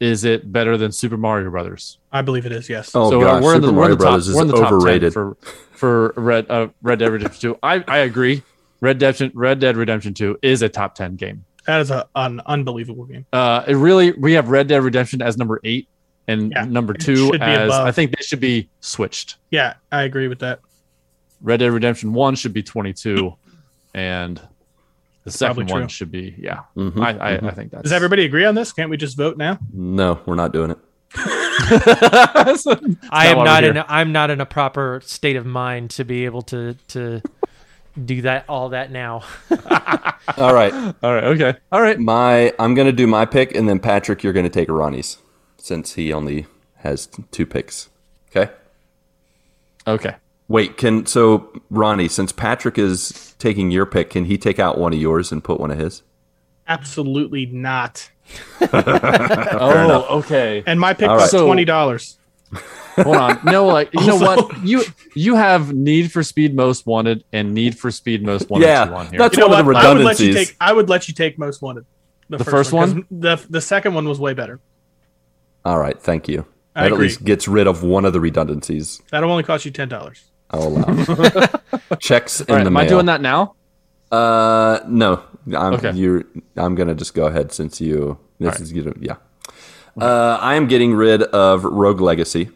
Is it better than Super Mario Brothers?
I believe it is, yes.
Oh
so uh,
gosh,
we're in the,
Super
we're
Mario
in the top,
Brothers
we're in
is
the top 10
overrated.
for for Red uh, Red Dead Redemption Two. I I agree. Red Dead Red Dead Redemption Two is a top ten game.
That is a, an unbelievable game.
uh, it really we have Red Dead Redemption as number eight and
Yeah,
number
it
two
should be
as
above.
I think they should be switched.
Yeah, I agree with that.
Red Dead Redemption one should be twenty two, and The second
Probably
one
true.
should be yeah.
Mhm,
I I,
mhm.
I think that's
Does everybody agree on this? Can't we just vote now?
No, we're not doing it.
I am
why we're
not
here.
in. A, I'm not in a proper state of mind to be able to to do that all that now.
All right.
All right. Okay. All right.
My I'm gonna do my pick, and then Patrick, you're gonna take Ronnie's, since he only has t- two picks. Okay.
Okay.
Wait, can so Ronnie, since Patrick is taking your pick, can he take out one of yours and put one of his?
Absolutely not.
Oh, okay.
And my pick
All
was
right.
So-
twenty dollars.
Hold on. No, like you know
Also-
what? You you have Need for Speed Most Wanted and Need for Speed Most Wanted
Yeah,
two on here.
that's-
You know
one of the
what? I would let you
redundancies.
take. I would let you take most wanted.
The first
'cause The the second one was way better.
All right, thank you.
I
that at
agree.
least gets rid of one of the redundancies.
That'll only cost you ten dollars.
I'll allow. Checks in
All right,
the
am
mail.
I doing that now?
Uh, no. I'm
Okay.
you're I'm gonna just go ahead since you this
right.
is gonna yeah. Uh, I am getting rid of Rogue Legacy.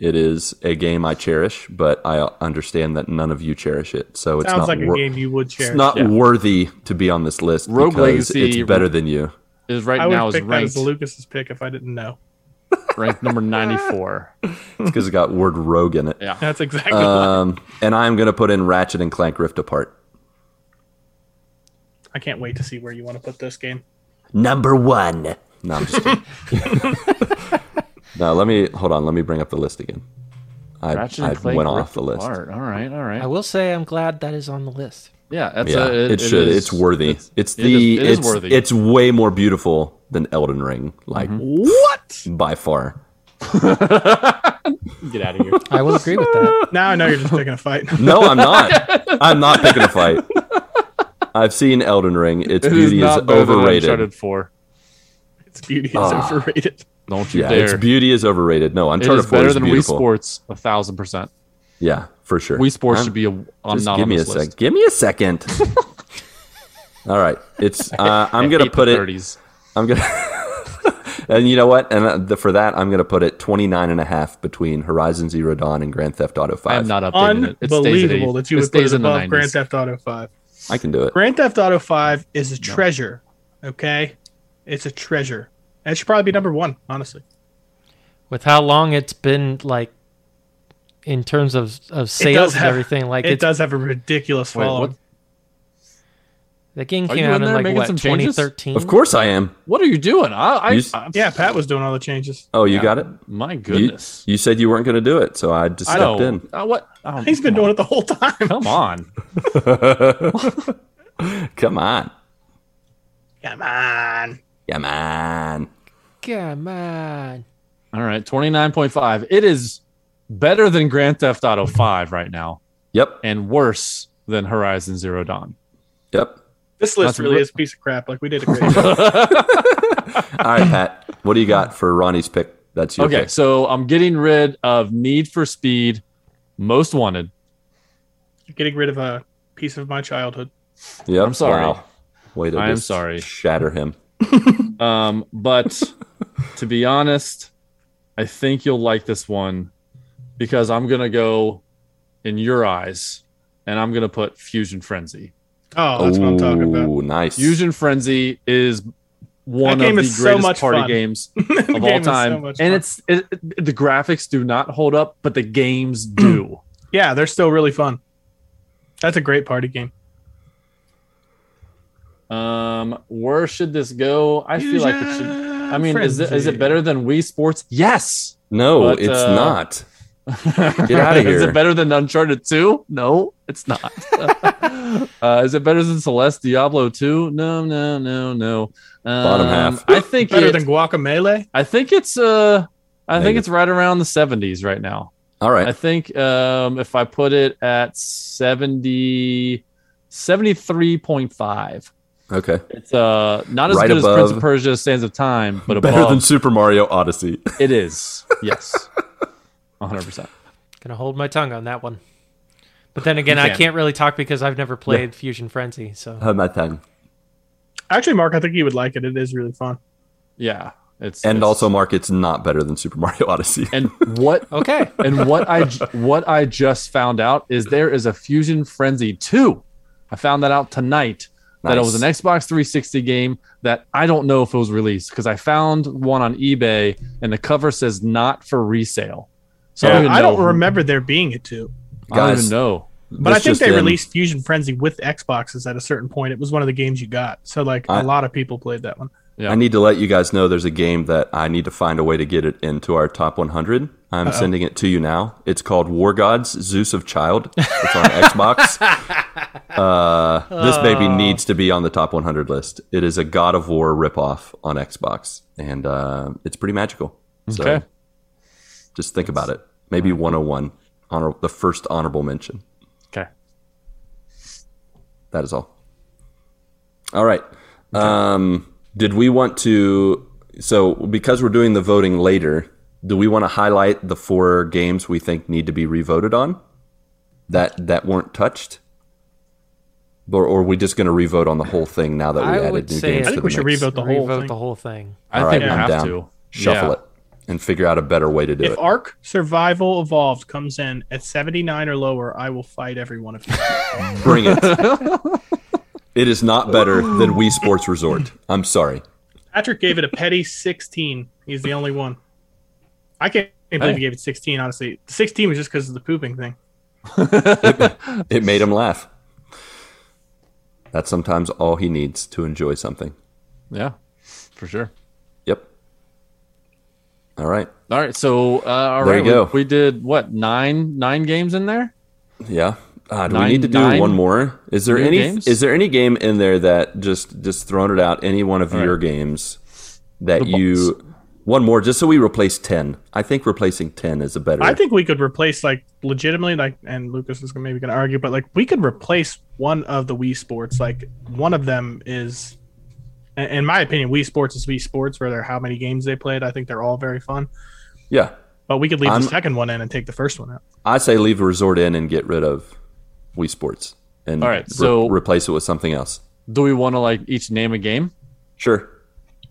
It is a game I cherish, but I understand that none of you cherish it, so it's
Sounds
not
like
wor-
a game you would
It's
share.
not
yeah.
worthy to be on this list
Rogue
because
Legacy-
it's better than you.
Is right
I would
now is
pick that
ranked
as Lucas's pick if I didn't know.
ranked number ninety four.
It's because it got word rogue in it.
Yeah.
That's exactly. why.
Um, and I'm gonna put in Ratchet and Clank Rift Apart.
I can't wait to see where you want to put this game.
Number one. No, I'm just kidding. no, let me hold on. Let me bring up the list again. I,
Ratchet
I
and Clank
went off
Rift
the list.
Apart. All right. All right.
I will say I'm glad that is on the list.
Yeah. That's
Yeah,
a,
it,
it
should.
is-
it's worthy. It's,
it
the.
is- it is
it's
worthy. Mm-hmm.
It's way more beautiful than Elden Ring, like
What?
by far.
Get out of here.
I will agree with that.
Now I know you're just picking a fight.
No, I'm not. I'm not picking a fight. I've seen Elden Ring. Its
It is
beauty is,
not better than
overrated.
Uncharted four.
Its beauty is
Ah.
overrated.
Don't you
Yeah,
dare.
its beauty is overrated. No,
it
Uncharted
is
4
better
is
than
beautiful.
Wii Sports a thousand percent.
Yeah, for sure.
Wii Sports
I'm-
should be a, on
Just
not
give
on
me a
this
sec.
list.
Give me a second. All right, it's. Uh, I'm gonna put it.
Thirties.
I'm gonna. and you know what? And uh, the, for that, I'm gonna put it 29 and a half between Horizon Zero Dawn and Grand Theft Auto Five.
I'm not updating it. It stays at
Unbelievable
eight-
that you
it
would put
stays
it
in the
above Grand
90s.
Theft Auto Five.
I can do it.
Grand Theft Auto Five is a treasure. Okay, it's a treasure. That should probably be number one, honestly.
With how long it's been like in terms of, of sales and
have-
everything, like
it
it's
does have a ridiculous
Wait,
following.
what?
the game
Are
came
you
out
in
in,
there
like
making
what
some changes?
2013.
Of course, I am.
What are you doing? I, I,
You s-
I-
Yeah, Pat was doing all the changes.
Oh, you got it.
my
You-
goodness.
You, said you weren't gonna do it, so I just
I
stepped
know.
in.
Uh, what? Oh,
He's been
come
doing it the whole time.
on. Come on.
Come on,
Come on.
come on.
Come on.
All right, 29.5. It is better than Grand Theft Auto 5 right now
Yep,
and worse than Horizon Zero Dawn.
yep.
This list
That's
really
re-
is a piece of crap. Like we did a great job.
All right, Pat. What do you got for Ronnie's pick? That's your
Okay,
pick.
so I'm getting rid of Need for Speed Most Wanted.
Getting rid of a piece of my childhood.
Yep.
I'm sorry.
Wow. Way to
I am
just
sorry.
shatter him.
Um, but to be honest, I think you'll like this one because I'm going to go in your eyes and I'm going to put Fusion Frenzy.
Oh, that's what I'm talking about.
Ooh, Nice.
Fusion Frenzy is one
That
of
game
the
is
greatest
so much
party
fun.
games
The
of
game
all
is so
time.
much
and
fun.
it's it, it- the graphics do not hold up, but the games do.
yeah, they're still really fun. That's a great party game.
um, where should this go? I feel like it should. I mean, is it, is it
Frenzy.
better than Wii Sports? Yes.
no,
but,
it's
uh,
not.
Get
outta
Is
here.
it better than Uncharted 2? No, it's not. uh, is it better than Celeste Diablo 2? No, no, no, no.
Bottom
Um,
half.
I think
Better
it-
than Guacamele?
I think it's uh I think
Negative.
it's right around the 70s right now.
All
I
right.
think um, if I put it at 70, 73.5,
Okay.
it's uh, not as
Right
good
above-
as Prince of Persia Sands of Time, but
Better than
above
Super Mario Odyssey.
it is. Yes. 100%.
Gonna hold my tongue on that one. But then again, I
can.
can't really talk because I've never played Fusion Frenzy, so
Have my time.
Actually, Mark, I think you would like it. It is really fun.
Yeah. It's
And
it's-
also, Mark, it's not better than Super Mario Odyssey.
and what
okay.
and what I j- what I just found out is there is a Fusion Frenzy 2. I found that out tonight that it
Nice.
was an Xbox 360 game that I don't know if it was released because I found one on eBay and the cover says not for resale. So I don't
Yeah,
even
I don't
know.
remember there being a two,
I don't
Guys,
even know.
but I
This
think
just
they
in.
released Fusion Frenzy with Xboxes at a certain point. It was one of the games you got, so like a
I-
lot of people played that one.
Yeah.
I need to let you guys know there's a game that I need to find a way to get it into our top 100. I'm sending it to you now. It's called War Gods: Zeus of Child. It's on Xbox. Uh, this baby needs to be on the top 100 list. It is a God of War ripoff on Xbox, and uh, it's pretty magical. So
Okay.
just think about it. Maybe 101 honor the first honorable mention.
Okay.
That is all. All right. Um, did we want to? So, because we're doing the voting later, do we want to highlight the four games we think need to be revoted on that that weren't touched, or, or are we just going to revote on the whole thing now that we
I
added
would
new
say-
games?
I
I
to
think
the
we should
mix?
revote the whole
Revote
thing.
the whole thing.
I
All
think
right,
we
I'm
have
down.
to
Shuffle
Yeah.
it and figure out a better way to do
if
it.
Ark Survival Evolved comes in at 79 or lower, I will fight every one of you.
Bring it. it is not better than Wii Sports Resort. I'm sorry.
Patrick gave it a petty 16. He's the only one. I can't believe
Hey.
he gave it 16, honestly. 16 was just because of the pooping thing.
It made him laugh. That's sometimes all he needs to enjoy something.
Yeah, for sure.
Yep. All right.
All right, so uh, all
There
right,
you
we-
go.
We, did what nine nine games in there?
Yeah. Uh, do
Nine-
we need to do
nine
one more? Is there
new
any
games?
is there any game in there that just just throwing it out any one of your games that
The
you one more just so we replace 10. I think replacing 10 is a better
I think we could replace, like, legitimately, like, and Lucas is maybe going to argue, but, like, we could replace one of the Wii Sports. Like, one of them is, in- in my opinion, Wii Sports is Wii Sports, whether how many games they played. I think they're all very fun.
Yeah.
But we could leave
I'm-
the second one in and take the first one out.
I say leave resort in and get rid of Wii Sports and
All right, so-
replace it with something else.
Do we want to like each name a game?
Sure.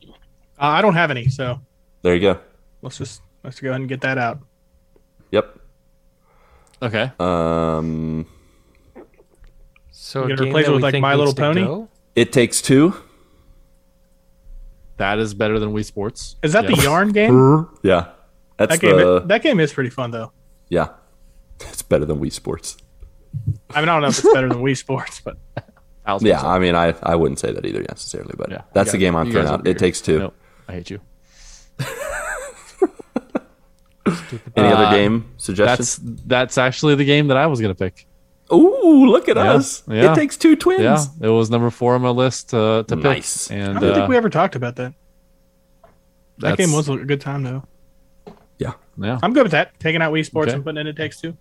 Uh, I don't have any, so
There you go.
let's just let's go ahead and get that out.
Yep.
Okay.
Uh, Um
So
You
a
gonna
game
replace
that
it with,
we
like,
think
My
needs
Little
to
Pony?
go?
It takes two.
That is better than Wii Sports.
Is that
Yeah. uh,
the yarn game?
Yeah. That's
That game,
the
that game is pretty fun though.
yeah. It's better than Wii Sports.
I mean, I don't know if it's better than Wii Sports, but
Thousand
Yeah,
percent.
I mean, I, I wouldn't say that either necessarily, but
Yeah.
that's
You
the
guys-
game I'm
you
throwing
guys
out.
are
It takes two.
No, I hate you.
Any
Uh,
other game suggestions?
That's that's actually the game that I was gonna pick.
Ooh, look at
Yeah,
us!
yeah.
It takes two twins.
Yeah, it was number four on my list uh, to, to
Nice.
pick. And
I don't
uh,
think we ever talked about that. That
that's-
game was a good time though.
Yeah,
I'm good with that. Taking out Wii Sports
Okay.
and putting in It Takes Two.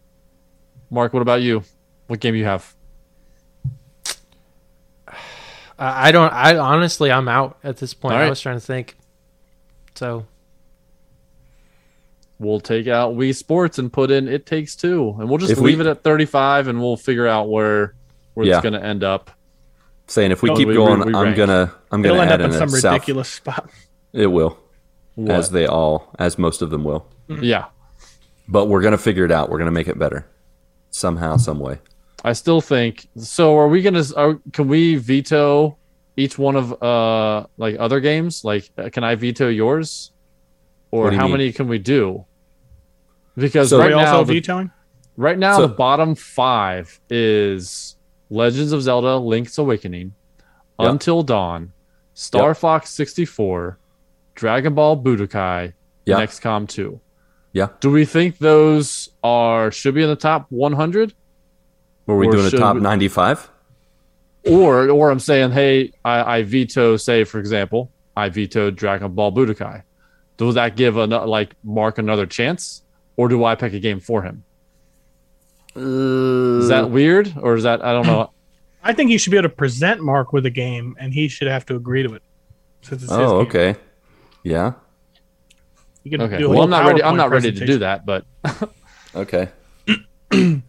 Mark, what about you? What game you have?
Uh, I I don't. I honestly, I'm out at this point.
All right.
I was trying to think. So
We'll take out Wii Sports and put in It Takes Two, and we'll just
If we-
leave it at thirty-five, and we'll figure out where where
Yeah.
it's gonna end up.
Saying if we
No,
keep
Oh, we-
going,
we- we
I'm
rank.
gonna I'm
It'll
gonna add
end up
in
in some
a South-
ridiculous spot.
It will, as
What?
they all, as most of them will.
yeah,
But we're gonna figure it out. We're gonna make it better, somehow, some way.
I still think so. Are we gonna? Are, can we veto each one of uh like other games? Like, uh, can I veto yours?
What
Or
do you
how
mean?
many can we do? Because
So-
Are
right
we
now,
also
the,
vetoing?
right now
So-
the bottom five is Legends of Zelda: Link's Awakening,
Yep.
Until Dawn, Star
Yep.
Fox 64, Dragon Ball Budokai,
Yeah,
XCOM 2.
Yeah.
Do we think those are should be in the top 100?
were we
or
doing a
should
top
we-
95?
or or I'm saying, hey, I, I veto, say for example, I veto Dragon Ball Budokai. Does that give an, like Mark another chance, or do I pick a game for him? Is
Uh,
that weird, or is that I don't know?
I think you should be able to present Mark with a game, and he should have to agree to it. Since it's his
Oh,
game.
okay. Yeah.
You can
Okay,
do a
well
whole
I'm not ready. I'm
PowerPoint
not ready to do
presentation.
that, but
Okay.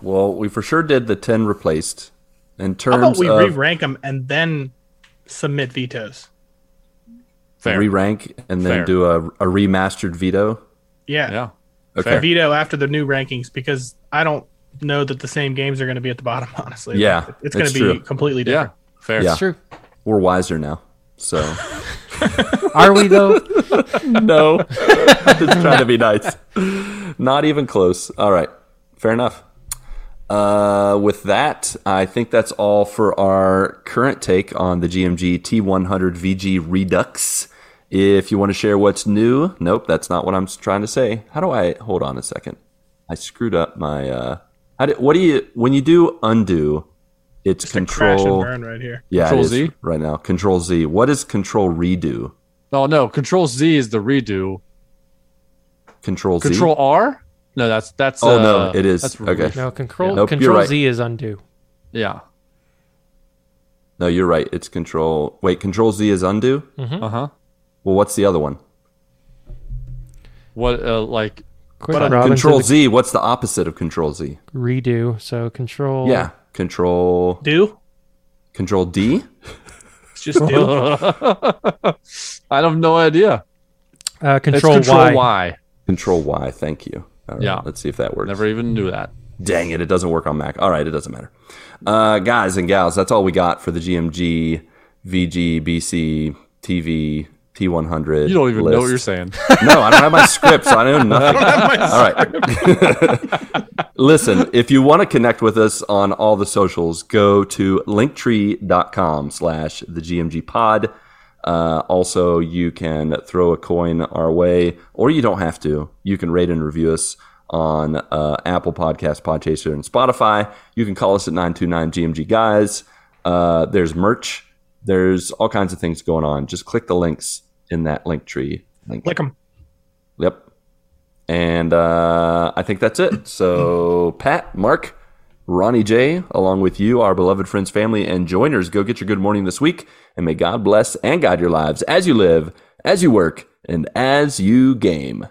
well, we for sure did the 10 replaced. In
How about
terms
we
of
re-rank them and then submit vetoes?
fair.
re-rank and then
Fair.
do a, a remastered veto.
Yeah.
yeah,
Okay.
veto after the new rankings because I don't know that the same games are going to be at the bottom. Honestly,
Yeah,
Like, it's going
that's
to be
true.
completely
yeah,
different.
Fair.
Yeah.
It's true.
We're wiser now. So
Are we though?
no, it's trying to be nice. Not even close. All right, fair enough. Uh, with that, I think that's all for our current take on the GMG T100 VG Redux. If you want to share what's new, nope, that's not what I'm trying to say. How do I hold on a second? I screwed up my. Uh, how do, what do you when you do undo? It's
Crash and
control.
burn right here.
Yeah, it
Control
is
Z?
right now. Control Z. What is control redo?
No, no. Control Z is the redo.
Control Z.
Control R? No, that's that's.
Oh,
uh,
no, it is.
that's
Okay.
redo.
No, control
Nope, you're
control
right.
Z is undo.
Yeah.
No, you're right. It's control. Wait, control Z is undo.
Uh huh.
Well, what's the other one?
What uh, like
Quick
But, uh,
Robin to
Control
the
Z. What's the opposite of control Z?
redo. So control
Yeah, control
Do
control D.
it's just do.
I have no idea.
uh,
It's
control, Y.
Control Y. Thank you. All right,
Yeah.
Let's see if that works.
Never even knew that.
Dang it, it doesn't work on Mac. All right, it doesn't matter. Uh, guys and gals, that's all we got for the GMG, VG, BC, TV, T100.
You don't even know what
list.
you're saying.
No, I don't have my script, so I know nothing. all right. Listen, if you want to connect with us on all the socials, go to linktree.com slash the GMG pod. Uh, also, you can throw a coin our way, or you don't have to. You can rate and review us on uh, Apple Podcasts, Podchaser, and Spotify. You can call us at 929 GMG Guys. Uh, there's merch. There's all kinds of things going on. Just click the links in that link tree. Link.
Click them.
Yep. And uh, I think that's it. So, Pat, Mark, Ronnie J, along with you, our beloved friends, family, and joiners, go get your good morning this week. And may God bless and guide your lives as you live, as you work, and as you game.